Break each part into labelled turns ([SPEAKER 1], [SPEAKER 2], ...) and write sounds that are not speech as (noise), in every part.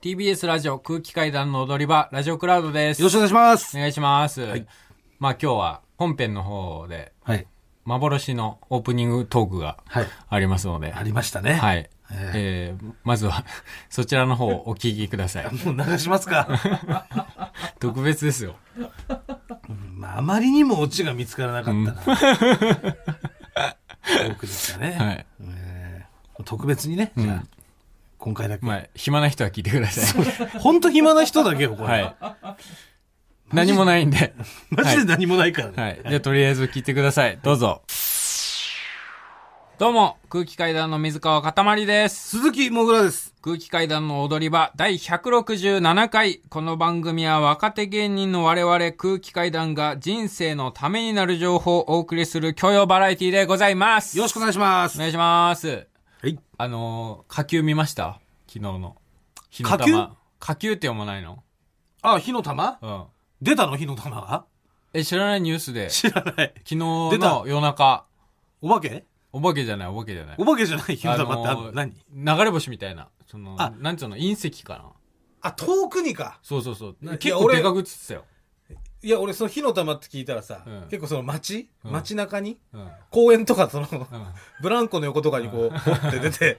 [SPEAKER 1] TBS ラジオ空気階段の踊り場、ラジオクラウドです。
[SPEAKER 2] よろしくお願いします
[SPEAKER 1] お。願いします。まあ今日は本編の方で
[SPEAKER 2] はい。
[SPEAKER 1] 幻のオープニングトークが
[SPEAKER 2] はい
[SPEAKER 1] ありますので。
[SPEAKER 2] ありましたね。。
[SPEAKER 1] はいい。えーまずはそちらの方をお聞きください。
[SPEAKER 2] もう流しますか。
[SPEAKER 1] (laughs) 特別ですよ。
[SPEAKER 2] まあ、あまりにもオチが見つからなかった (laughs) な。多くでしたね。
[SPEAKER 1] はい。
[SPEAKER 2] えー特別にね、じゃあ、今回だけ。
[SPEAKER 1] まあ暇な人は聞いてください。
[SPEAKER 2] ほんと暇な人だけよ、これ。
[SPEAKER 1] はい。何もないんで。
[SPEAKER 2] マジで何もないからね。
[SPEAKER 1] はい。じゃあ、とりあえず聞いてください。どうぞ。どうも、空気階段の水川かたまりです。
[SPEAKER 2] 鈴木もぐらです。
[SPEAKER 1] 空気階段の踊り場第167回。この番組は若手芸人の我々空気階段が人生のためになる情報をお送りする教養バラエティでございます。
[SPEAKER 2] よろしくお願いしま
[SPEAKER 1] お
[SPEAKER 2] す。
[SPEAKER 1] 願いします。
[SPEAKER 2] はい。
[SPEAKER 1] あのー、火球見ました昨日の。火
[SPEAKER 2] 火球
[SPEAKER 1] 火球って読まないの
[SPEAKER 2] あ、火の玉
[SPEAKER 1] うん。
[SPEAKER 2] 出たの火の玉が
[SPEAKER 1] え、知らないニュースで、昨
[SPEAKER 2] 知らない。
[SPEAKER 1] 日
[SPEAKER 2] 出た
[SPEAKER 1] の夜中、
[SPEAKER 2] お化け
[SPEAKER 1] お化けじゃない、お化けじゃない。
[SPEAKER 2] お化けじゃない火の玉ってあんの
[SPEAKER 1] あのー
[SPEAKER 2] 何
[SPEAKER 1] 流れ星みたいな、その
[SPEAKER 2] あ、
[SPEAKER 1] なんつうの、隕石かな。
[SPEAKER 2] あ、遠くにか。
[SPEAKER 1] そうそうそう。
[SPEAKER 2] や
[SPEAKER 1] 結構
[SPEAKER 2] 俺
[SPEAKER 1] でかく映ってたよ。
[SPEAKER 2] いや、俺その火の玉って聞いたらさ
[SPEAKER 1] うん、
[SPEAKER 2] 結構その街
[SPEAKER 1] うん
[SPEAKER 2] 街中に
[SPEAKER 1] うん。うん。
[SPEAKER 2] 公園とかその、
[SPEAKER 1] あ
[SPEAKER 2] ブランコの横とかにこう、ポって
[SPEAKER 1] (laughs)
[SPEAKER 2] 出て、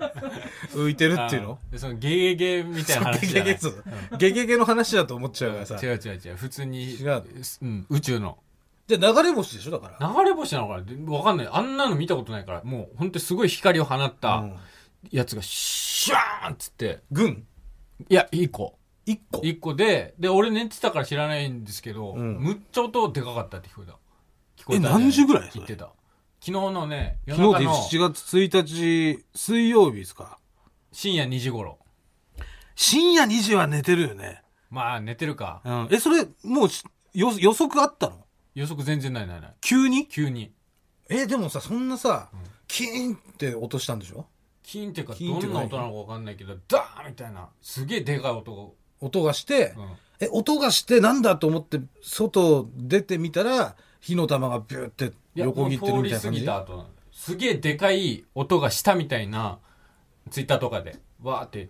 [SPEAKER 2] 浮いてる
[SPEAKER 1] ー
[SPEAKER 2] っていうの
[SPEAKER 1] でそのゲゲゲみたいな
[SPEAKER 2] ゲ
[SPEAKER 1] 話じ
[SPEAKER 2] ゲ
[SPEAKER 1] ゃな
[SPEAKER 2] ゲ
[SPEAKER 1] い。
[SPEAKER 2] そうゲゲゲの話だと思っちゃうからさ。
[SPEAKER 1] 違
[SPEAKER 2] じゃ
[SPEAKER 1] う違う違う。普通に、
[SPEAKER 2] 違う
[SPEAKER 1] うん、宇宙の。
[SPEAKER 2] あ流れ星でしょだから。
[SPEAKER 1] 流れ星なのかなでわかんない。あんなの見たことないから、もう本当にすごい光を放っ
[SPEAKER 2] う
[SPEAKER 1] た
[SPEAKER 2] ん
[SPEAKER 1] やつが、シャーンっつって、
[SPEAKER 2] 軍
[SPEAKER 1] いや、一個。
[SPEAKER 2] 一個
[SPEAKER 1] 一個で、で、俺寝てたから知らないんですけど、
[SPEAKER 2] うん
[SPEAKER 1] むっちゃ音でかかったって聞こえた。聞こ
[SPEAKER 2] え
[SPEAKER 1] えたんじゃない
[SPEAKER 2] 何時ぐらいそ
[SPEAKER 1] 言
[SPEAKER 2] れ
[SPEAKER 1] ってた。昨日のね、夜
[SPEAKER 2] 昨
[SPEAKER 1] 中
[SPEAKER 2] 日で
[SPEAKER 1] の
[SPEAKER 2] 7月1日、水曜日ですか。
[SPEAKER 1] 深夜2時頃。
[SPEAKER 2] 深夜2時は寝てるよね。
[SPEAKER 1] まあ、寝てるか。
[SPEAKER 2] うん。え、それ、もうし、よ予測あったの
[SPEAKER 1] 予測全然ないないない。
[SPEAKER 2] 急に
[SPEAKER 1] 急に。
[SPEAKER 2] え、でもさ、そんなさ、キーンって落としたんでしょ
[SPEAKER 1] キーンっていうか、
[SPEAKER 2] キーンって
[SPEAKER 1] どんな音なのかわかんないけど、ダーンみたいな、すげえでかい音
[SPEAKER 2] 音がして
[SPEAKER 1] が。うん。
[SPEAKER 2] え、音がしてなんだと思って、外出てみたら、火の玉がビューって
[SPEAKER 1] いや、
[SPEAKER 2] 横
[SPEAKER 1] もう
[SPEAKER 2] 切ってる
[SPEAKER 1] 通
[SPEAKER 2] み
[SPEAKER 1] り
[SPEAKER 2] たいな
[SPEAKER 1] 過
[SPEAKER 2] 感
[SPEAKER 1] ぎ
[SPEAKER 2] じ
[SPEAKER 1] た後なのすげえでかい音がしたみたいな、ツイッターとかで、わーって、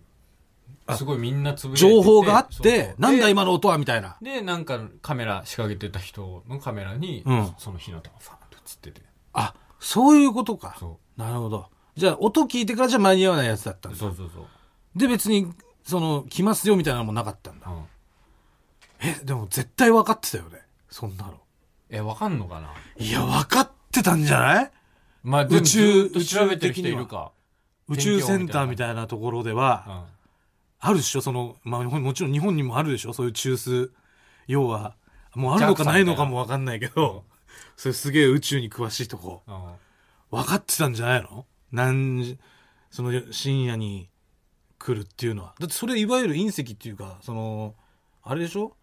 [SPEAKER 2] あ
[SPEAKER 1] すごいみんなつぶやいてて
[SPEAKER 2] 情報があっ
[SPEAKER 1] そうそ
[SPEAKER 2] て
[SPEAKER 1] う、
[SPEAKER 2] なんだ
[SPEAKER 1] で
[SPEAKER 2] 今の音はみたいな。
[SPEAKER 1] で、なんかカメラ仕掛けてた人のカメラに、
[SPEAKER 2] うん
[SPEAKER 1] その火の玉ファーンと映ってて。
[SPEAKER 2] あ、そういうことか
[SPEAKER 1] そ。
[SPEAKER 2] なるほど。じゃあ、音聞いてからじゃ間に合わないやつだったんだ。
[SPEAKER 1] そうそうそう。
[SPEAKER 2] で、別に、その、来ますよみたいなのもなかったんだ。
[SPEAKER 1] うん。
[SPEAKER 2] え、でも絶対分かってたよね。そんなの。
[SPEAKER 1] え、わかんのかない
[SPEAKER 2] や、分かってたんじゃない
[SPEAKER 1] まあ、でも
[SPEAKER 2] 宇宙
[SPEAKER 1] ずっと調べてる人いるか。
[SPEAKER 2] 宇宙センターみたいなところで
[SPEAKER 1] う
[SPEAKER 2] は、
[SPEAKER 1] ん。
[SPEAKER 2] あるでしょその、まあ、もちろん日本にもあるでしょそういう中枢。要は、もうあるのかないのかも分かんないけど、それすげえ宇宙に詳しいとこ。
[SPEAKER 1] うん
[SPEAKER 2] 分かってたんじゃないの何時その深夜に来るっていうのはだってそれいわゆる隕石っていうかそのあれでしょ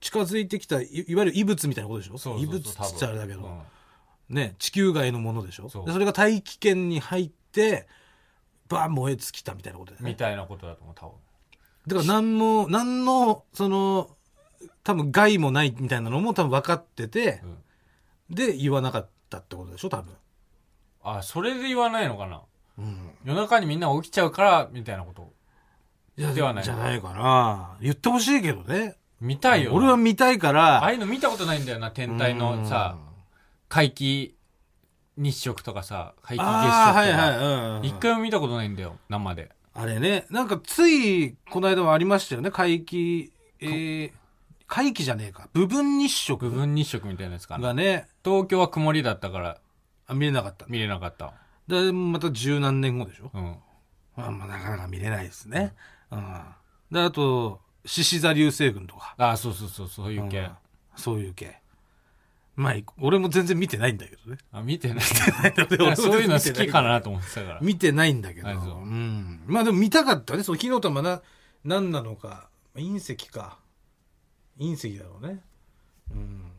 [SPEAKER 2] 近づいてきたいいわゆる異物みたいなことでしょ
[SPEAKER 1] そうそうそう
[SPEAKER 2] 異物っつっちゃあれだけど、
[SPEAKER 1] うん
[SPEAKER 2] ね地球外のものでしょ
[SPEAKER 1] そう
[SPEAKER 2] でそれが大気圏に入ってバーン燃え尽きたみたいなことだよ
[SPEAKER 1] み
[SPEAKER 2] ね
[SPEAKER 1] たいなことだと思う多分
[SPEAKER 2] だから何も何のその多分害もないみたいなのも多分分かってて、
[SPEAKER 1] うん
[SPEAKER 2] で言わなかったってことでしょ多分、
[SPEAKER 1] あそれで言わないのかな
[SPEAKER 2] うん、
[SPEAKER 1] 夜中にみんな起きちゃうからみたいなこと
[SPEAKER 2] いや
[SPEAKER 1] ではない
[SPEAKER 2] じゃないかな。言ってほしいけどね。
[SPEAKER 1] 見たいよな
[SPEAKER 2] 俺は見たいか
[SPEAKER 1] ああ
[SPEAKER 2] ら。
[SPEAKER 1] いうの見たことないんだよな天体のさ皆既日食とかさ皆既
[SPEAKER 2] うん、
[SPEAKER 1] 月
[SPEAKER 2] あ
[SPEAKER 1] 食
[SPEAKER 2] あ、はい
[SPEAKER 1] とか、
[SPEAKER 2] はいうんうん。
[SPEAKER 1] 一回も見たことないんだよ生で
[SPEAKER 2] あれね、なんかつい、この間もありましたよね。皆既、えー、皆既じゃねえか。部分日
[SPEAKER 1] 部
[SPEAKER 2] 食
[SPEAKER 1] 分日食みたいなやつかな
[SPEAKER 2] がね、
[SPEAKER 1] 東京は曇りだったから
[SPEAKER 2] あ見れなかった。
[SPEAKER 1] 見れなかった
[SPEAKER 2] で、また十何年後でしょ。
[SPEAKER 1] うん
[SPEAKER 2] まあ、まあなかなか見れないですね。うん。で、あと、獅子座流星群とか。
[SPEAKER 1] あそうそうそうそういう系、
[SPEAKER 2] うんそういう系。まあ、俺も全然見てないんだけどね。
[SPEAKER 1] あ見てない (laughs)
[SPEAKER 2] 俺も全然見てない
[SPEAKER 1] そういうの好きかなと思ってたから
[SPEAKER 2] (laughs) 見てないんだけど、
[SPEAKER 1] あ
[SPEAKER 2] う、
[SPEAKER 1] そうん
[SPEAKER 2] まあでも見たかったねその火の玉な何なのか隕石か隕石だろうね、うん、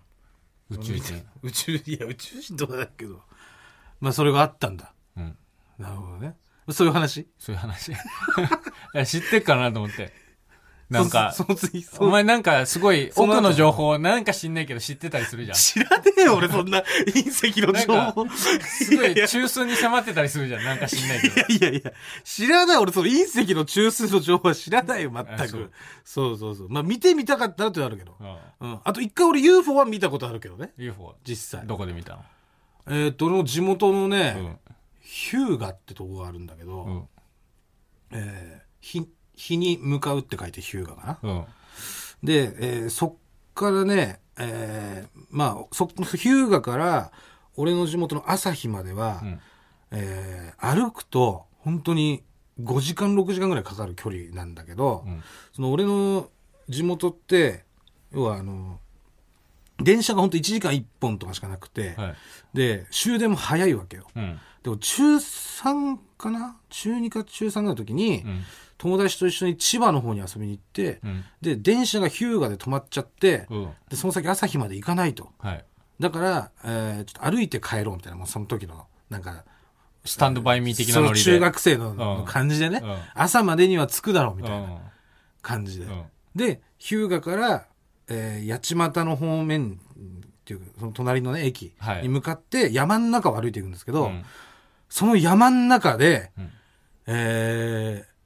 [SPEAKER 1] 宇宙人、
[SPEAKER 2] 宇宙いや宇宙人とかだけどまあそれがあったんだ
[SPEAKER 1] うん、
[SPEAKER 2] なるほどねそういう話
[SPEAKER 1] (laughs) そういう話いや知ってっかなと思ってなんか、
[SPEAKER 2] そその次、そ
[SPEAKER 1] お前なんかすごい
[SPEAKER 2] その後
[SPEAKER 1] 奥の情報なんか知んないけど知ってたりする
[SPEAKER 2] (laughs)
[SPEAKER 1] じゃん。
[SPEAKER 2] 知らねえよ、俺、そんな隕石の情
[SPEAKER 1] なん
[SPEAKER 2] 報。
[SPEAKER 1] すご
[SPEAKER 2] いや
[SPEAKER 1] い
[SPEAKER 2] いや
[SPEAKER 1] 中枢に迫ってたりするじゃん。なんか知んないけど。
[SPEAKER 2] いやいやいや、知らない。俺、その隕石の中枢の情報は知らないよ、
[SPEAKER 1] あ
[SPEAKER 2] 全
[SPEAKER 1] そう
[SPEAKER 2] く。そうそうそう。まあ、見てみたかったらとあるけど。
[SPEAKER 1] うん
[SPEAKER 2] うん。あと、一回俺 UFO は見たことあるけどね。
[SPEAKER 1] UFO。
[SPEAKER 2] 実際。
[SPEAKER 1] どこで見た
[SPEAKER 2] えっと、俺の地元のね、
[SPEAKER 1] の
[SPEAKER 2] ヒューガってとこがあるんだけど、
[SPEAKER 1] うん。うん。
[SPEAKER 2] えー日、日に向かうって書いてヒューガか
[SPEAKER 1] う
[SPEAKER 2] な。
[SPEAKER 1] ん。
[SPEAKER 2] で、えーそっからね、えーまあ、そ、ヒューガから、俺の地元の朝日までは、
[SPEAKER 1] うん
[SPEAKER 2] えー歩くと、本当に5時間、6時間ぐらいかかる距離なんだけど、
[SPEAKER 1] うん。
[SPEAKER 2] その俺の地元って、要はあの、電車が本当1時間1本とかしかなくて、
[SPEAKER 1] はい。
[SPEAKER 2] で、終電も早いわけよ。
[SPEAKER 1] うん。
[SPEAKER 2] でも中3かな中2か中3ぐらいの時に、
[SPEAKER 1] うん。
[SPEAKER 2] 友達と一緒に千葉の方に遊びに行って、
[SPEAKER 1] うん。
[SPEAKER 2] で、電車が日向で止まっちゃって、
[SPEAKER 1] うん。
[SPEAKER 2] で、その先朝日まで行かないと。
[SPEAKER 1] はい。
[SPEAKER 2] だから、えーちょっと歩いて帰ろうみたいな、もうその時の、なんか、
[SPEAKER 1] スタンドバイミー的な
[SPEAKER 2] そ
[SPEAKER 1] ノ
[SPEAKER 2] の
[SPEAKER 1] リで。
[SPEAKER 2] 中学生の
[SPEAKER 1] うん
[SPEAKER 2] 感じでね、
[SPEAKER 1] うん
[SPEAKER 2] 朝までには着くだろうみたいな
[SPEAKER 1] う
[SPEAKER 2] 感じで。
[SPEAKER 1] ん。うん。
[SPEAKER 2] で、日向から、えー八街の方面っていうか、その隣のね、駅
[SPEAKER 1] はい
[SPEAKER 2] に向かって山の中を歩いていくんですけど、
[SPEAKER 1] うん
[SPEAKER 2] その山の中で、
[SPEAKER 1] うん
[SPEAKER 2] えー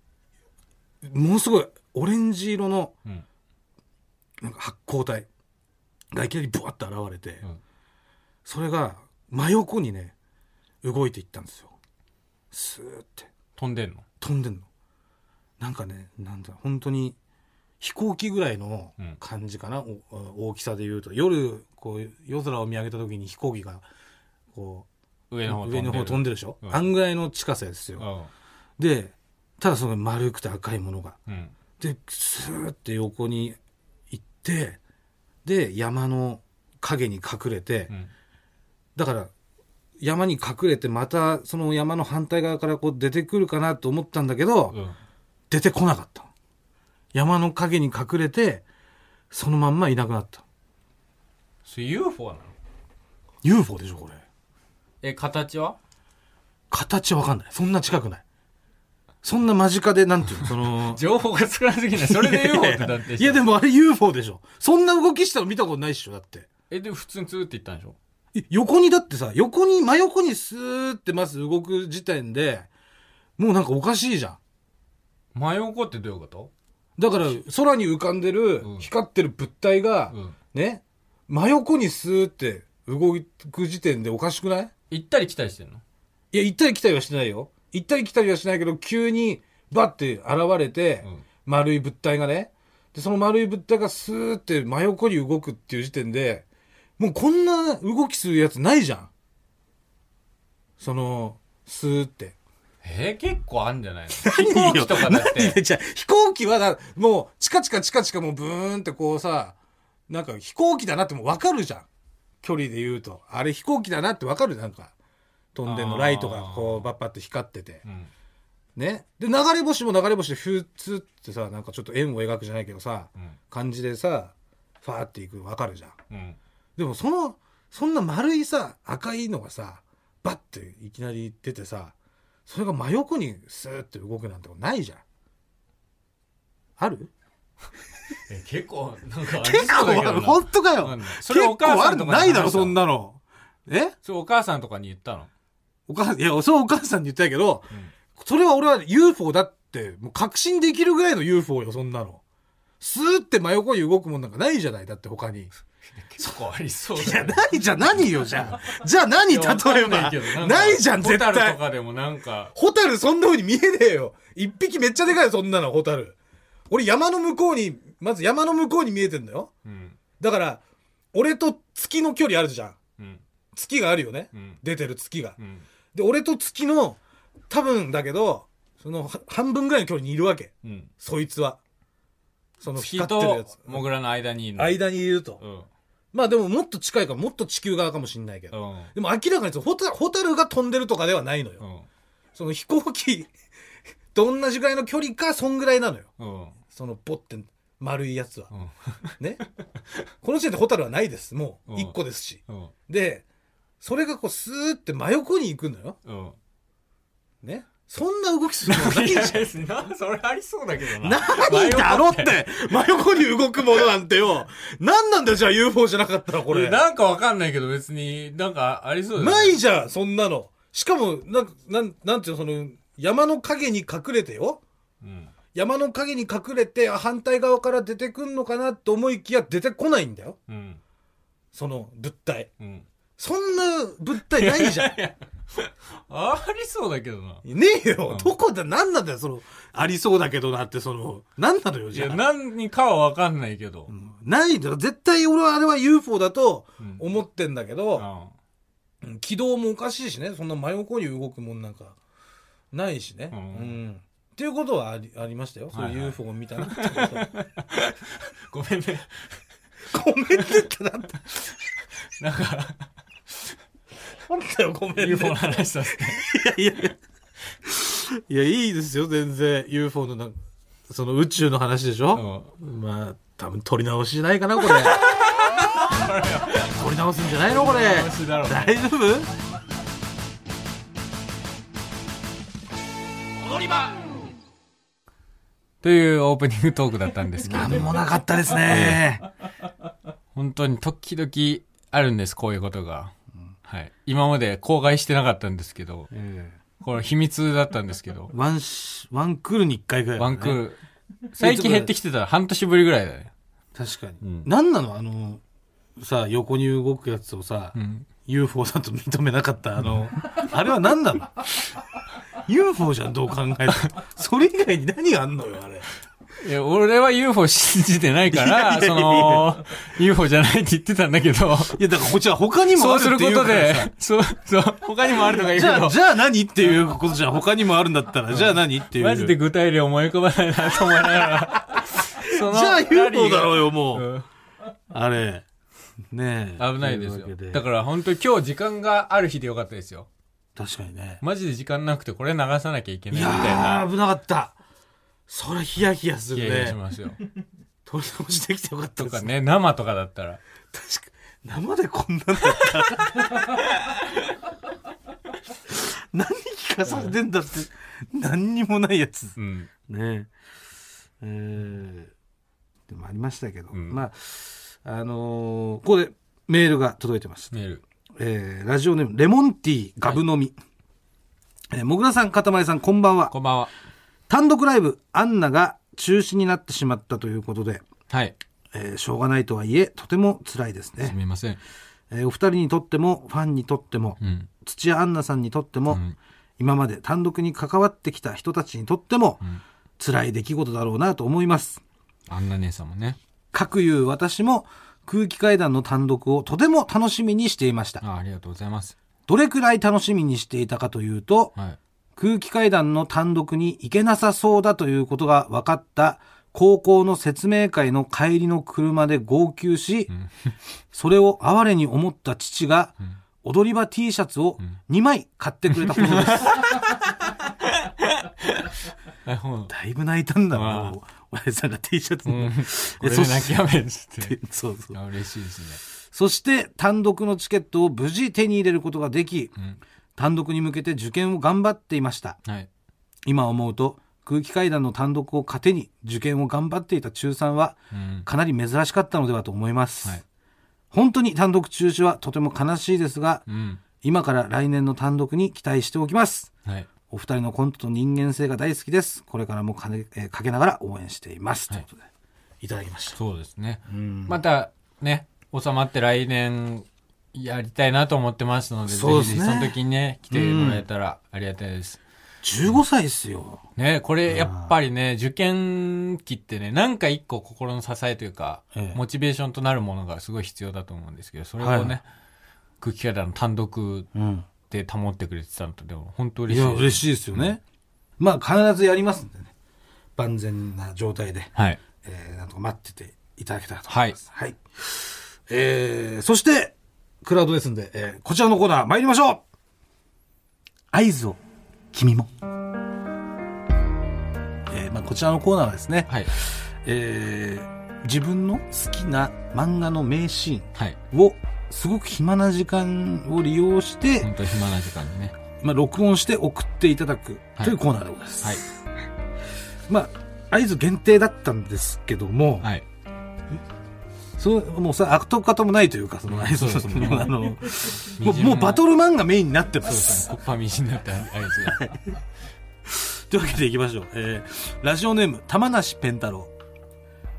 [SPEAKER 2] ものすごいオレンジ色の
[SPEAKER 1] うん。
[SPEAKER 2] なんか発光体がいきなりブワッと現れて、
[SPEAKER 1] うん
[SPEAKER 2] それが真横にね、動いていったんですよ。スーって
[SPEAKER 1] 飛んでんの
[SPEAKER 2] 飛んでんの。なんかね、なんだ、本当に飛行機ぐらいの
[SPEAKER 1] うん
[SPEAKER 2] 感じかな、お大きさで言うと。夜、こう、夜空を見上げた時に飛行機が、こう、
[SPEAKER 1] 上の方飛んで
[SPEAKER 2] 上
[SPEAKER 1] る。
[SPEAKER 2] の方飛んでるでしょ、
[SPEAKER 1] うん
[SPEAKER 2] あんぐらいの近さですよ。で、ただその丸くて赤いものが。
[SPEAKER 1] うん。うん。
[SPEAKER 2] で、スーって横に行って、で、山の影に隠れて、
[SPEAKER 1] うん。
[SPEAKER 2] だから、山に隠れて、またその山の反対側からこう出てくるかなと思ったんだけど、
[SPEAKER 1] うん。
[SPEAKER 2] 出てこなかった。山の陰に隠れて、そのまんまいなくなった。
[SPEAKER 1] それ UFO なの
[SPEAKER 2] UFO でしょ、これ。
[SPEAKER 1] え、形は、
[SPEAKER 2] 形わかんない。そんな近くない。そんな間近で、なんていうの、その
[SPEAKER 1] (laughs) 情報が少なすぎない。それで UFO ってだって
[SPEAKER 2] いや、で
[SPEAKER 1] も。
[SPEAKER 2] もあれ UFO でしょ。そんな動きしたの見たことないっしょ、だって。
[SPEAKER 1] え、で、普通にツーって言ったんでしょ
[SPEAKER 2] い横にだってさ、横に、真横にスーってまず動く時点で、もうなんかおかしいじゃん。
[SPEAKER 1] 真横ってどういうこと
[SPEAKER 2] だから、空に浮かんでる
[SPEAKER 1] うん、
[SPEAKER 2] 光ってる物体が
[SPEAKER 1] う、ん。
[SPEAKER 2] ね、真横にスーって動く時点でおかしくない
[SPEAKER 1] 行ったり来たりしてんの
[SPEAKER 2] いや、行ったり来たりはしないよ。行ったり来たりはしないけど、急にバッて現れて、
[SPEAKER 1] うん
[SPEAKER 2] 丸い物体がね。で、その丸い物体がスーって真横に動くっていう時点で、もうこんな動きするやつないじゃん。その、スーって。
[SPEAKER 1] えー、結構あんじゃないの飛行機とかだっ
[SPEAKER 2] (laughs) 何
[SPEAKER 1] て。
[SPEAKER 2] でじゃあ飛行機はだ、もう、チカチカチカチカもうブーンってこうさ、なんか飛行機だなってもうわかるじゃん。距離で言うと。あれ飛行機だなってわかるなんか。飛んでんのライトがこうバッパって光ってて
[SPEAKER 1] う。ん。
[SPEAKER 2] ね。で、流れ星も流れ星で普通ってさ、なんかちょっと円を描くじゃないけどさ、
[SPEAKER 1] うん。
[SPEAKER 2] 感じでさ、ファーっていくわかるじゃん。
[SPEAKER 1] うん。
[SPEAKER 2] でもその、そんな丸いさ、赤いのがさ、バッていきなり出てさ、それが真横にスーって動くなんてことないじゃん。ある
[SPEAKER 1] え、結構、なんかあり
[SPEAKER 2] (laughs) 結
[SPEAKER 1] そうだけ
[SPEAKER 2] 構
[SPEAKER 1] どな、
[SPEAKER 2] ある本当か
[SPEAKER 1] わか
[SPEAKER 2] よ
[SPEAKER 1] んないそれお母さんとかに話した
[SPEAKER 2] 結構あるないだろ、そんなの。え
[SPEAKER 1] それお母さんとかに言ったの。
[SPEAKER 2] お母さん、いや、そうお母さんに言ったけど、
[SPEAKER 1] うん
[SPEAKER 2] それは俺は UFO だって、もう確信できるぐらいの UFO よ、そんなの。スーって真横に動くもんなんかないじゃない、だって他に。
[SPEAKER 1] 結構ありそう
[SPEAKER 2] い
[SPEAKER 1] だ
[SPEAKER 2] や、
[SPEAKER 1] よね
[SPEAKER 2] ないじゃ何よ、じゃあ。じゃあ何、
[SPEAKER 1] い
[SPEAKER 2] 例
[SPEAKER 1] やわかん
[SPEAKER 2] え
[SPEAKER 1] な
[SPEAKER 2] ば
[SPEAKER 1] いけど。んか
[SPEAKER 2] ないじゃん、絶
[SPEAKER 1] ホタルと
[SPEAKER 2] 対。
[SPEAKER 1] かでもなんか、
[SPEAKER 2] ホタルそんな風に見えねえよ。一匹めっちゃでかいよ、そんなの、ホタル。俺山の向こうに、まず山の向こうに見えてんだよ。
[SPEAKER 1] うん。
[SPEAKER 2] だから、俺と月の距離あるじゃん。
[SPEAKER 1] うん。
[SPEAKER 2] 月があるよね。
[SPEAKER 1] うん。
[SPEAKER 2] 出てる月が
[SPEAKER 1] う。ん。
[SPEAKER 2] で、俺と月の、多分だけど、その、は半分ぐらいの距離にいるわけ。
[SPEAKER 1] うん。
[SPEAKER 2] そいつは。その光
[SPEAKER 1] 月
[SPEAKER 2] ってるや
[SPEAKER 1] と
[SPEAKER 2] つ。
[SPEAKER 1] モグラの間にいるの。
[SPEAKER 2] 間にいると。
[SPEAKER 1] うん。
[SPEAKER 2] まあでももっと近いから、もっと地球側かもしんないけ
[SPEAKER 1] う
[SPEAKER 2] ど。
[SPEAKER 1] ん。
[SPEAKER 2] でも明らかにそのホタホタルが飛んでるとかではないのよ。
[SPEAKER 1] うん。
[SPEAKER 2] その飛行機 (laughs) と同じぐらいの距離か、そんぐらいなのよ。
[SPEAKER 1] うん。
[SPEAKER 2] そのポって丸いやつは。 (laughs)
[SPEAKER 1] うん。 (laughs)
[SPEAKER 2] ね。この時点でホタルはないです。も
[SPEAKER 1] う
[SPEAKER 2] うん一個ですし。
[SPEAKER 1] うん。
[SPEAKER 2] で、それがこうスーって真横に行くのよ。
[SPEAKER 1] うん。
[SPEAKER 2] ね。そんな動きするのないじゃん
[SPEAKER 1] 別にな、それありそうだけどな。
[SPEAKER 2] 何だろって、真横に動くものなんてよ。何なんだよ、じゃあ UFO じゃなかったらこ
[SPEAKER 1] これ、
[SPEAKER 2] れ。
[SPEAKER 1] なんかわかんないけど別に、なんかありそうだよね
[SPEAKER 2] ないじゃん、そんなの。しかも、なんか、なん、なんていうの、その、山の陰に隠れてよ。
[SPEAKER 1] うん。
[SPEAKER 2] 山の陰に隠れて、あ反対側から出てくんのかなと思いきや、出てこないんだよ。
[SPEAKER 1] うん。
[SPEAKER 2] その、物体。
[SPEAKER 1] うん。
[SPEAKER 2] そんな物体ないじゃん。
[SPEAKER 1] ありそうだけどな。 (laughs)
[SPEAKER 2] ねえ
[SPEAKER 1] うん
[SPEAKER 2] よ。どこだ、何なんだよ、その、ありそうだけどなって、その、何なのよ、
[SPEAKER 1] い
[SPEAKER 2] じゃ
[SPEAKER 1] や、
[SPEAKER 2] あ。
[SPEAKER 1] 何かはわかんないけど
[SPEAKER 2] う。んないだろ。絶対俺はあれは UFO だと
[SPEAKER 1] うん
[SPEAKER 2] 思ってんだけど、
[SPEAKER 1] あ
[SPEAKER 2] うん軌道もおかしいしねそんな真横に動くもんなんかないしね、
[SPEAKER 1] う
[SPEAKER 2] うんんっていうことはありありましたよ、
[SPEAKER 1] はいはい
[SPEAKER 2] そういう UFO を見たな
[SPEAKER 1] (laughs)
[SPEAKER 2] ってこと
[SPEAKER 1] ごめんね。
[SPEAKER 2] ごめんねってなって
[SPEAKER 1] なんか、
[SPEAKER 2] なんだよごめんね
[SPEAKER 1] UFO の話させて。
[SPEAKER 2] (laughs) いやいやいやいいですよ全然 UFO のなその宇宙の話でし
[SPEAKER 1] う
[SPEAKER 2] ょ、
[SPEAKER 1] ん
[SPEAKER 2] まあ多分撮り直しじゃないかなこれ撮り直すんじゃないのこれ
[SPEAKER 1] 話だろうね
[SPEAKER 2] 大丈夫
[SPEAKER 1] というオープニングトークだったんですけれ
[SPEAKER 2] 何
[SPEAKER 1] ど
[SPEAKER 2] もなかったですね
[SPEAKER 1] 本当に時々あるんです、こういうことが。はい。今まで公開してなかったんですけど、
[SPEAKER 2] え
[SPEAKER 1] これ秘密だったんですけど
[SPEAKER 2] え、ワンシワンクールに1回ぐらいだ
[SPEAKER 1] ワ
[SPEAKER 2] ね、
[SPEAKER 1] ンクール。最近減ってきてたら半年ぶりぐらいだね。
[SPEAKER 2] 確かに、
[SPEAKER 1] うん
[SPEAKER 2] 何なのあのさ横に動くやつをさ、
[SPEAKER 1] うん。
[SPEAKER 2] UFO だと認めなかったあのあれは何なの UFO じゃんどう考えてもそれ以外に何があんのよあれ
[SPEAKER 1] いや、俺は UFO 信じてないか
[SPEAKER 2] いやいや
[SPEAKER 1] ら、
[SPEAKER 2] いや
[SPEAKER 1] その、UFO じゃないって言ってたんだけど、
[SPEAKER 2] いやだからこっちは他にも
[SPEAKER 1] そ
[SPEAKER 2] あ
[SPEAKER 1] う
[SPEAKER 2] る
[SPEAKER 1] す
[SPEAKER 2] っ
[SPEAKER 1] る
[SPEAKER 2] て
[SPEAKER 1] こ
[SPEAKER 2] いうか
[SPEAKER 1] とで
[SPEAKER 2] らさ、
[SPEAKER 1] そう、そう、他にもあるとか言う
[SPEAKER 2] じ
[SPEAKER 1] け
[SPEAKER 2] ゃあ
[SPEAKER 1] ど、
[SPEAKER 2] じゃあ何っていうことじゃん他にもあるんだったらじゃあ何っていう
[SPEAKER 1] マジで具体例思い浮かばないなと思いながら、
[SPEAKER 2] (laughs)
[SPEAKER 1] その
[SPEAKER 2] じゃあ UFO だろうよもう、
[SPEAKER 1] うん
[SPEAKER 2] あれねえ
[SPEAKER 1] 危ないですよ
[SPEAKER 2] とうわけ。
[SPEAKER 1] だから本当に今日時間がある日でよかったですよ。
[SPEAKER 2] 確かにね
[SPEAKER 1] マジで時間なくてこれ流さなきゃいけない
[SPEAKER 2] い
[SPEAKER 1] みたい
[SPEAKER 2] や
[SPEAKER 1] な
[SPEAKER 2] ー危なかったそれヒヤヒヤす
[SPEAKER 1] 気
[SPEAKER 2] る
[SPEAKER 1] がし
[SPEAKER 2] ね
[SPEAKER 1] ますよ。
[SPEAKER 2] 取り直しできてよかっ
[SPEAKER 1] と
[SPEAKER 2] たです
[SPEAKER 1] かね、生とかだったら。
[SPEAKER 2] 確か生でこんなんだったら何聞かされてんだって何にもないやつ
[SPEAKER 1] うん。
[SPEAKER 2] ねええーでもありましたけど、
[SPEAKER 1] うん
[SPEAKER 2] まああのーここでメールが届いてます、
[SPEAKER 1] メール。
[SPEAKER 2] えーラジオネームレモンティーガブ飲み、えーもぐらさんかたまりさんこんばんは
[SPEAKER 1] こんばんは。
[SPEAKER 2] 単独ライブアンナが中止になってしまったということで、
[SPEAKER 1] はい。
[SPEAKER 2] えーしょうがないとはいえとても辛いですね
[SPEAKER 1] すみません。
[SPEAKER 2] えーお二人にとってもファンにとっても、
[SPEAKER 1] うん。
[SPEAKER 2] 土屋アンナさんにとっても、
[SPEAKER 1] うん
[SPEAKER 2] 今まで単独に関わってきた人たちにとっても、辛い出来事だろうなと思います。
[SPEAKER 1] あんな姉さんもね。
[SPEAKER 2] 各言う私も空気階段の単独をとても楽しみにしていました。
[SPEAKER 1] あありがとうございます。
[SPEAKER 2] どれくらい楽しみにしていたかというと、
[SPEAKER 1] はい。
[SPEAKER 2] 空気階段の単独に行けなさそうだということが分かった高校の説明会の帰りの車で号泣し、それを哀れに思った父が、踊り場 T シャツを2枚買ってくれたこ
[SPEAKER 1] (laughs)
[SPEAKER 2] とです。
[SPEAKER 1] あ、ほ
[SPEAKER 2] (laughs)
[SPEAKER 1] ん。
[SPEAKER 2] だいぶ泣いたんだ
[SPEAKER 1] わ
[SPEAKER 2] な、おやじさんが T シャツ
[SPEAKER 1] う
[SPEAKER 2] の
[SPEAKER 1] ん。これ
[SPEAKER 2] え
[SPEAKER 1] で
[SPEAKER 2] そし
[SPEAKER 1] 泣きやめんつ
[SPEAKER 2] (laughs)
[SPEAKER 1] って。
[SPEAKER 2] そうそう
[SPEAKER 1] あ嬉しいです
[SPEAKER 2] そして単独のチケットを無事手に入れることができ、
[SPEAKER 1] ね。
[SPEAKER 2] 単独に向けて受験を頑張っていました。
[SPEAKER 1] うん。はい。
[SPEAKER 2] 今思うと空気階段の単独を糧に受験を頑張っていた中3は
[SPEAKER 1] うん。
[SPEAKER 2] かなり珍しかったのではと思います、
[SPEAKER 1] はい
[SPEAKER 2] 本当に単独中止はとても悲しいですが、
[SPEAKER 1] うん。
[SPEAKER 2] 今から来年の単独に期待しておきます
[SPEAKER 1] はい。
[SPEAKER 2] お二人のコントと人間性が大好きですこれからもか,、ねえーかけながら応援しています、
[SPEAKER 1] はい
[SPEAKER 2] ということでいただきました
[SPEAKER 1] そうですね。
[SPEAKER 2] うん
[SPEAKER 1] また、ね、収まって来年、やりたいなと思ってますので、
[SPEAKER 2] そう
[SPEAKER 1] ぜ
[SPEAKER 2] で
[SPEAKER 1] ひぜ
[SPEAKER 2] すね
[SPEAKER 1] ひその時にね、来てもらえたらありがたいです。
[SPEAKER 2] 15歳ですよ
[SPEAKER 1] ね、これやっぱりね、受験期ってね、なんか一個心の支えというか、
[SPEAKER 2] ええ
[SPEAKER 1] モチベーションとなるものがすごい必要だと思うんですけど、それをね、
[SPEAKER 2] はいはい
[SPEAKER 1] 空気階段の単独
[SPEAKER 2] うん
[SPEAKER 1] で保ってくれてたのと、でも本当
[SPEAKER 2] い
[SPEAKER 1] 嬉しい
[SPEAKER 2] や
[SPEAKER 1] です。
[SPEAKER 2] 嬉しいですよね、まあ必ずやりますんでね万全な状態で
[SPEAKER 1] はい。
[SPEAKER 2] えー、なんとか待ってていただけたらと思います。はい。えー、そして、クラウドですんで、えーこちらのコーナー参りましょう合図を、君も。えー、まあこちらのコーナーはですね、
[SPEAKER 1] はい。
[SPEAKER 2] えー、自分の好きな漫画の名シ
[SPEAKER 1] はい。
[SPEAKER 2] ーンを、すごく暇な時間を利用して、
[SPEAKER 1] 本当に暇な時間にね。
[SPEAKER 2] まあ、録音して送っていただく
[SPEAKER 1] はい
[SPEAKER 2] というコーナーでございます。
[SPEAKER 1] はい。
[SPEAKER 2] まあ、合図限定だったんですけども、
[SPEAKER 1] はい。
[SPEAKER 2] そう、もうさ、跡形もないというか、その合図
[SPEAKER 1] そうですね
[SPEAKER 2] の、あ
[SPEAKER 1] (laughs)
[SPEAKER 2] の、もう、
[SPEAKER 1] 虹の
[SPEAKER 2] もうバトルマンがメインになってま
[SPEAKER 1] そうです
[SPEAKER 2] す。
[SPEAKER 1] ね。コッパみじんだったあいつ
[SPEAKER 2] (laughs)
[SPEAKER 1] が。
[SPEAKER 2] というわけでいきましょう。えー、ラジオネーム、玉梨ペン太郎。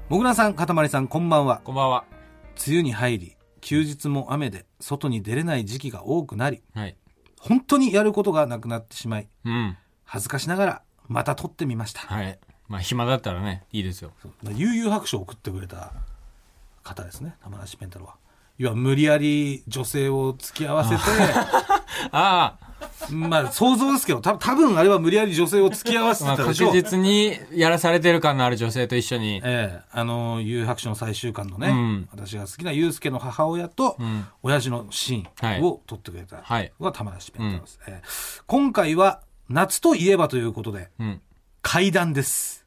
[SPEAKER 2] もぐらさん、かたまりさん、こんばんは。
[SPEAKER 1] こんばんは。
[SPEAKER 2] 梅雨に入り、休日も雨で、外に出れない時期が多くなり、
[SPEAKER 1] はい。
[SPEAKER 2] 本当にやることがなくなってしまい、
[SPEAKER 1] うん。
[SPEAKER 2] 恥ずかしながら、また撮ってみました。
[SPEAKER 1] はい。まあ、暇だったらね、いいですよ。
[SPEAKER 2] 悠々白書を送ってくれた方ですね玉梨ペンタロウは要は無理やり女性を付き合
[SPEAKER 1] (laughs)
[SPEAKER 2] わせて
[SPEAKER 1] あ
[SPEAKER 2] まあ想像ですけどた多分あれは無理やり女性を付き合わ
[SPEAKER 1] あ、
[SPEAKER 2] せ
[SPEAKER 1] ま
[SPEAKER 2] て
[SPEAKER 1] あ、
[SPEAKER 2] た
[SPEAKER 1] 確
[SPEAKER 2] でしょう、
[SPEAKER 1] 実にやらされてる感のある女性と一緒に。
[SPEAKER 2] ええあの悠々白書の最終巻のね、
[SPEAKER 1] うん
[SPEAKER 2] 私が好きな悠介の母親と
[SPEAKER 1] うん。
[SPEAKER 2] 親父のシーンを撮ってくれたの
[SPEAKER 1] はい
[SPEAKER 2] が玉梨ペンタロウです、ええ今回は夏といえばということで
[SPEAKER 1] うん。
[SPEAKER 2] 怪談です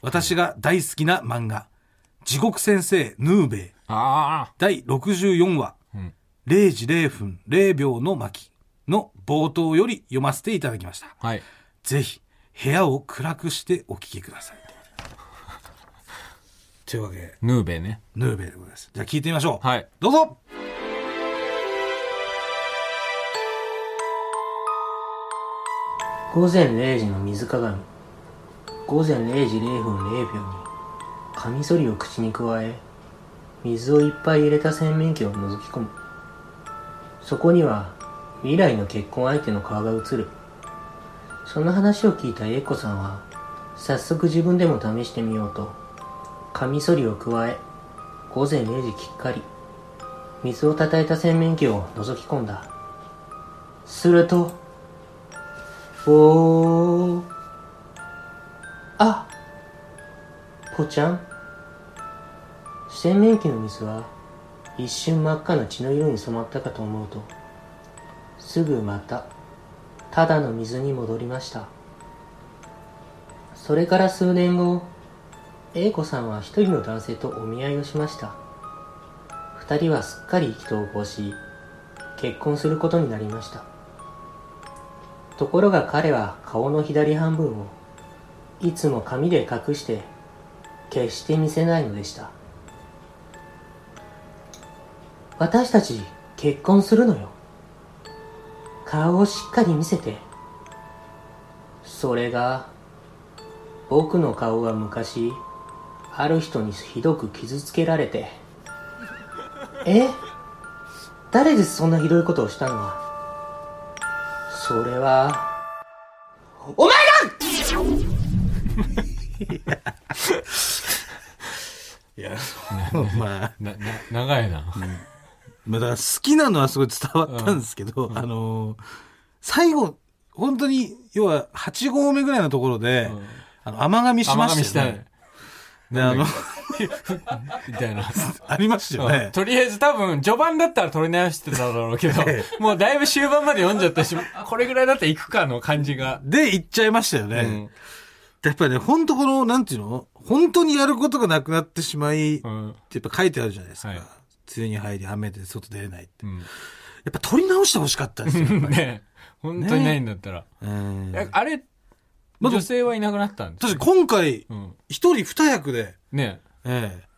[SPEAKER 2] 私が大好きな漫画「地獄先生ヌーベイ」
[SPEAKER 1] あ
[SPEAKER 2] 第64話、
[SPEAKER 1] うん
[SPEAKER 2] 0時0分0秒の巻の冒頭より読ませていただきました。
[SPEAKER 1] あ。はい。
[SPEAKER 2] ぜひ、部屋を暗くしてお聞きく
[SPEAKER 1] (laughs)
[SPEAKER 2] ださい。というわけで、
[SPEAKER 1] ヌーベね。
[SPEAKER 2] ヌーベでございます。じゃあ聞いてみましょう。
[SPEAKER 1] はい。
[SPEAKER 2] どうぞ
[SPEAKER 3] 午前0時の水鏡午前0時0分0秒にカミソリを口に加え水をいっぱい入れた洗面器を覗き込むそこには未来の結婚相手の顔が映るその話を聞いた英子さんは早速自分でも試してみようとカミソリを加え午前0時きっかり水を叩いた洗面器を覗き込んだするとおーあぽちゃん洗面器の水は一瞬真っ赤な血の色に染まったかと思うとすぐまたただの水に戻りましたそれから数年後 A 子さんは一人の男性とお見合いをしました二人はすっかり意気投合し結婚することになりましたところが彼は顔の左半分をいつも紙で隠して決して見せないのでした私たち結婚するのよ顔をしっかり見せてそれが僕の顔が昔ある人にひどく傷つけられてえ誰ですそんなひどいことをしたのはそれは、お前だ
[SPEAKER 2] い (laughs) や、まあ、
[SPEAKER 1] な、な、長いな。
[SPEAKER 2] まあ、だから好きなのはすごい伝わったんですけど、あのー最後、本当に、要は8合目ぐらいのところで、
[SPEAKER 1] うん
[SPEAKER 2] あの、甘噛みしま
[SPEAKER 1] 甘噛み
[SPEAKER 2] し
[SPEAKER 1] したた
[SPEAKER 2] よね
[SPEAKER 1] い。。
[SPEAKER 2] であの、
[SPEAKER 1] みたいな。
[SPEAKER 2] (laughs) ありましたよね。
[SPEAKER 1] とりあえず多分、序盤だったら取り直してただろうけど、もうだいぶ終盤まで読んじゃったし、これぐらいだったら行くかの感じが。
[SPEAKER 2] で、行っちゃいましたよね。
[SPEAKER 1] うん。
[SPEAKER 2] やっぱりね、本当この、なんていうの本当にやることがなくなってしまい、って
[SPEAKER 1] うん。
[SPEAKER 2] やっぱ書いてあるじゃないですか。
[SPEAKER 1] はい
[SPEAKER 2] 梅雨に入り、雨で外出れないって。
[SPEAKER 1] うん
[SPEAKER 2] やっぱ取り直してほしかったですよ。やっぱ
[SPEAKER 1] (laughs)
[SPEAKER 2] り
[SPEAKER 1] ね本当にないんだったら。
[SPEAKER 2] (laughs) うん。
[SPEAKER 1] えあれ、
[SPEAKER 2] まだ
[SPEAKER 1] 女性はいなくなったんです
[SPEAKER 2] 私今回
[SPEAKER 1] う、ん。
[SPEAKER 2] 一人二役で、
[SPEAKER 1] ね
[SPEAKER 2] ええ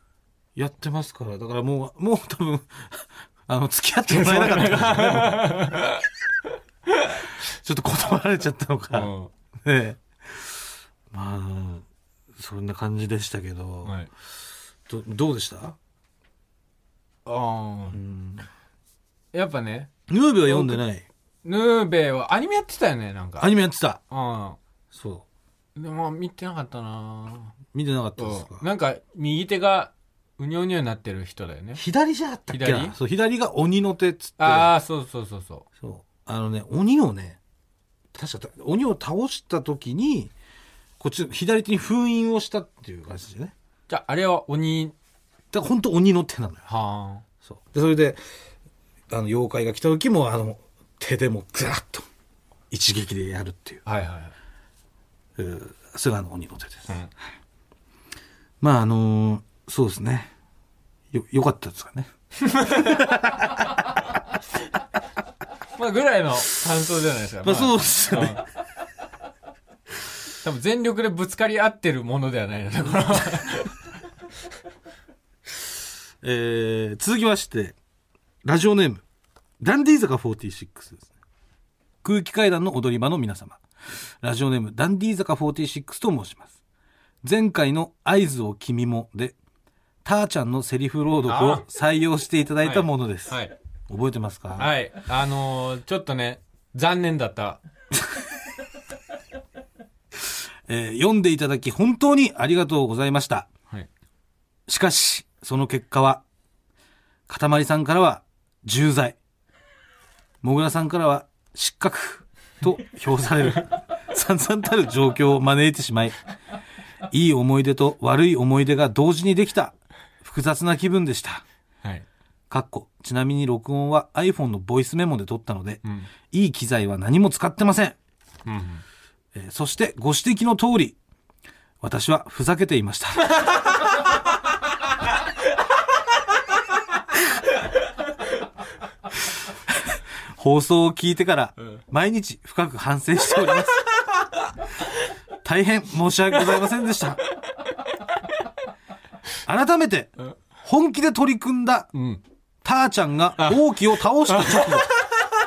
[SPEAKER 2] やってますから。だからもう、もう多分、 (laughs) あの、付き合ってもらえなかったから、ね。 (laughs) ちょっと断られちゃったの
[SPEAKER 1] う
[SPEAKER 2] か。
[SPEAKER 1] ん。
[SPEAKER 2] ええ。まあ、そんな感じでしたけど、
[SPEAKER 1] はい。
[SPEAKER 2] どどうでした
[SPEAKER 1] あ
[SPEAKER 2] うん
[SPEAKER 1] あ。やっぱね、
[SPEAKER 2] ヌーベは読んでない。
[SPEAKER 1] ヌーベイはアニメやってたよね、なんか。
[SPEAKER 2] アニメやってた。
[SPEAKER 1] あ
[SPEAKER 2] そ
[SPEAKER 1] あ。でも、見てなかったな
[SPEAKER 2] う。見てなかったです
[SPEAKER 1] うん
[SPEAKER 2] か。
[SPEAKER 1] なんか、右手が、うにょうにょになってる人だよね。
[SPEAKER 2] 左じゃあったっけな
[SPEAKER 1] 左
[SPEAKER 2] そう、左が鬼の手っつって。
[SPEAKER 1] ああ、そうそうそうそ
[SPEAKER 2] そう。あのね、鬼をね、確か、鬼を倒した時に、こっち、左手に封印をしたっていう感じでね。
[SPEAKER 1] う。じゃあ、あれは鬼、
[SPEAKER 2] だから本当鬼の手なのよ。
[SPEAKER 1] は
[SPEAKER 2] そう。で、それで、あの、妖怪が来た時も、あの、手でもガーッと、一撃でやるっていう。
[SPEAKER 1] あ。はいはい。
[SPEAKER 2] うんそれがあの鬼の手です。
[SPEAKER 1] うん
[SPEAKER 2] まあ、あのーそうですね。よ、よかったですかね。
[SPEAKER 1] まあ、ぐらいの感想じゃないですか。
[SPEAKER 2] まあそうっすよね。
[SPEAKER 1] 多分全力でぶつかり合ってるものではないので、これは。
[SPEAKER 2] えー続きまして、ラジオネーム、ダンディー坂46ですね。空気階段の踊り場の皆様。ラジオネーム、ダンディー坂46と申します。前回の合図を君もで、ターちゃんのセリフ朗読を採用していただいたものです。
[SPEAKER 1] はい。
[SPEAKER 2] 覚えてますか、
[SPEAKER 1] はい。あのーちょっとね、残念だった。
[SPEAKER 2] えー読んでいただき本当にありがとうございました。
[SPEAKER 1] はい。
[SPEAKER 2] しかし、その結果は、かたまりさんからは重罪、もぐらさんからは失格と評される、 (laughs) 散々たる状況を招いてしまい、いい思い出と悪い思い出が同時にできた、複雑な気分でした。
[SPEAKER 1] はい。
[SPEAKER 2] かっこ、ちなみに録音は iPhone のボイスメモで撮ったので、
[SPEAKER 1] ん
[SPEAKER 2] いい機材は何も使ってません。
[SPEAKER 1] うん。
[SPEAKER 2] えーそしてご指摘の通り、私はふざけていました。放送を聞いてから毎日深く反省しております。大変申し訳ございませんでした。改めて、本気で取り組んだ
[SPEAKER 1] うん。
[SPEAKER 2] ターちゃんが王毅を倒した
[SPEAKER 1] (laughs)
[SPEAKER 2] 直後、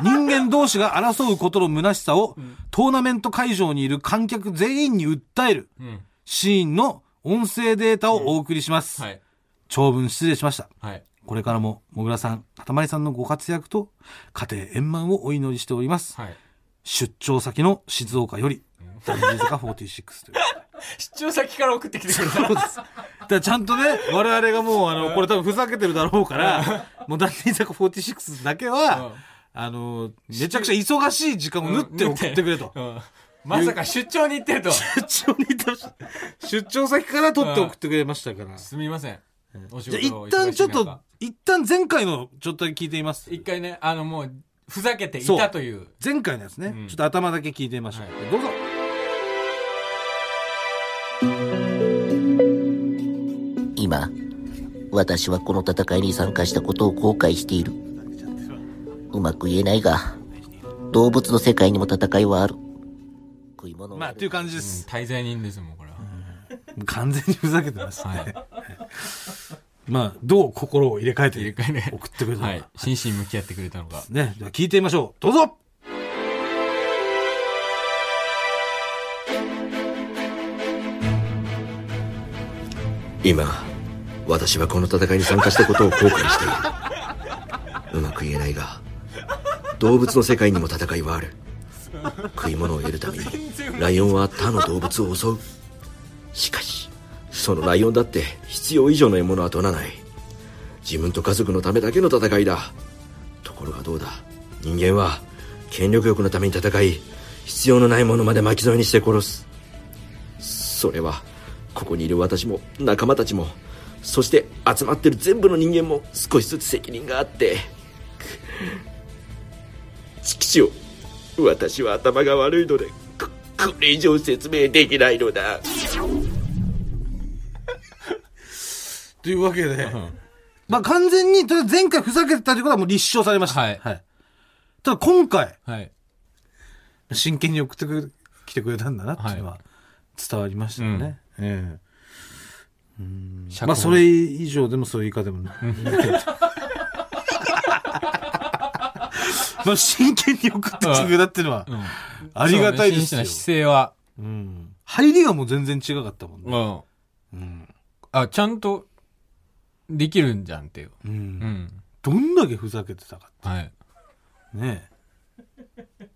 [SPEAKER 2] 人間同士が争うことの虚しさを、トーナメント会場にいる観客全員に訴える
[SPEAKER 1] うん。
[SPEAKER 2] シーンの音声データをお送りします。
[SPEAKER 1] はい。
[SPEAKER 2] 長文失礼しました。
[SPEAKER 1] はい。
[SPEAKER 2] これからも、もぐらさん、かたまりさんのご活躍と、家庭円満をお祈りしております。
[SPEAKER 1] はい。
[SPEAKER 2] 出張先の静岡より、ダンディーズカ46と
[SPEAKER 1] (laughs)
[SPEAKER 2] いう。
[SPEAKER 1] 出張先から送ってきてくれた。
[SPEAKER 2] そうです。だからちゃんとね、我々がもう、あの、これ多分ふざけてるだろうから、もうダンディー坂46だけは、あの、めちゃくちゃ忙しい時間を縫って送ってくれと
[SPEAKER 1] う。ん。まさか出張に行ってるとは。
[SPEAKER 2] 出張に行ってました出張先から取って送ってくれましたから。
[SPEAKER 1] すみません。お仕
[SPEAKER 2] じゃあ
[SPEAKER 1] 事
[SPEAKER 2] 一
[SPEAKER 1] がお忙しい中
[SPEAKER 2] 旦ちょっと、一旦前回のちょっとだけ聞いてみます。
[SPEAKER 1] 一回ね、あのもう、ふざけてい
[SPEAKER 2] そ
[SPEAKER 1] た
[SPEAKER 2] う
[SPEAKER 1] という。
[SPEAKER 2] 前回のやつね、
[SPEAKER 1] うん
[SPEAKER 2] ちょっと頭だけ聞いてみましょう、
[SPEAKER 1] は
[SPEAKER 2] どうぞ
[SPEAKER 4] 今、私はこの戦いに参加したことを後悔している。うまく言えないが、動物の世界にも戦いはある。食い物は
[SPEAKER 2] まあ
[SPEAKER 4] あ
[SPEAKER 2] ってい
[SPEAKER 4] る
[SPEAKER 2] う感じで
[SPEAKER 1] うん
[SPEAKER 2] す、
[SPEAKER 1] 滞在人ですもん、これは。
[SPEAKER 2] 完全にふざけてますね、
[SPEAKER 1] はい。
[SPEAKER 2] (laughs) まあどう心を入れ替えて
[SPEAKER 1] 入れ替えね
[SPEAKER 2] 送ってくれたのか、
[SPEAKER 1] はい。真摯に向き合ってくれたのが。
[SPEAKER 2] ね、では聞いてみましょう。どうぞ
[SPEAKER 5] 今私はこの戦いに参加したことを後悔しているうまく言えないが動物の世界にも戦いはある食い物を得るためにライオンは他の動物を襲うしかしそのライオンだって必要以上の獲物は取らない自分と家族のためだけの戦いだところがどうだ人間は権力欲のために戦い必要のないものまで巻き添えにして殺すそれはここにいる私も仲間たちもそして集まってる全部の人間も少しずつ責任があって畜生私は頭が悪いのでここれ以上説明できないのだ
[SPEAKER 2] というわけで、まあ完全に、とりあえず前回ふざけてたということはもう立証されました。
[SPEAKER 1] はい
[SPEAKER 2] ただ今回、
[SPEAKER 1] はい。
[SPEAKER 2] 真剣に送ってく来てくれたんだなっていうのは伝わりましたよね。ええ
[SPEAKER 1] 釈放
[SPEAKER 2] まあそれ以上でもそれ以下でもない。 (laughs) まあ真剣に送ってきてくれたっていうのは
[SPEAKER 1] うん
[SPEAKER 2] ありがたいで
[SPEAKER 1] そ
[SPEAKER 2] す
[SPEAKER 1] うね真摯
[SPEAKER 2] よ
[SPEAKER 1] な。姿勢は。
[SPEAKER 2] うん入りがもう全然違かったもんね。
[SPEAKER 1] うん。
[SPEAKER 2] うん
[SPEAKER 1] あ、ちゃんと、できるんじゃんっていう。
[SPEAKER 2] う
[SPEAKER 1] うんん。
[SPEAKER 2] どんだけふざけてたか
[SPEAKER 1] はい。
[SPEAKER 2] ねえ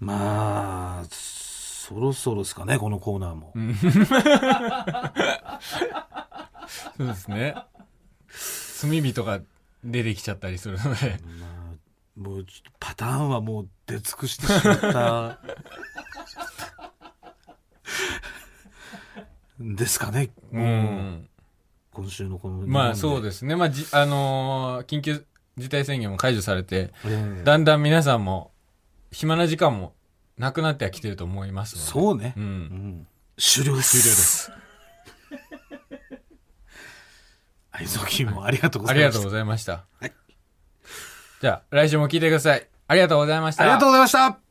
[SPEAKER 2] まあ、そろそろですかね、このコーナーも。
[SPEAKER 1] そうですね。炭火とか出てきちゃったりするので。
[SPEAKER 2] まあ、もうちょっとパターンはもう出尽くしてしまった。ですかね、
[SPEAKER 1] う。
[SPEAKER 2] もうん今週のこの。
[SPEAKER 1] まあそう
[SPEAKER 2] す。
[SPEAKER 1] ですね。まあじ、あのー緊急事態宣言も解除されて、
[SPEAKER 2] ええ
[SPEAKER 1] だんだん皆さんも、暇な時間もなくなってはきてると思いますので。
[SPEAKER 2] そうね
[SPEAKER 1] う。ん。
[SPEAKER 2] うん終了です。
[SPEAKER 1] 終了で
[SPEAKER 2] (laughs) はい。愛蔵金もありがとう
[SPEAKER 1] あ
[SPEAKER 2] ござ
[SPEAKER 1] り
[SPEAKER 2] いま
[SPEAKER 1] が
[SPEAKER 2] した
[SPEAKER 1] とう。ございました。
[SPEAKER 2] はい
[SPEAKER 1] じゃあ、来週も聞いてください。
[SPEAKER 6] ありがとうございました。
[SPEAKER 1] ありがとうございました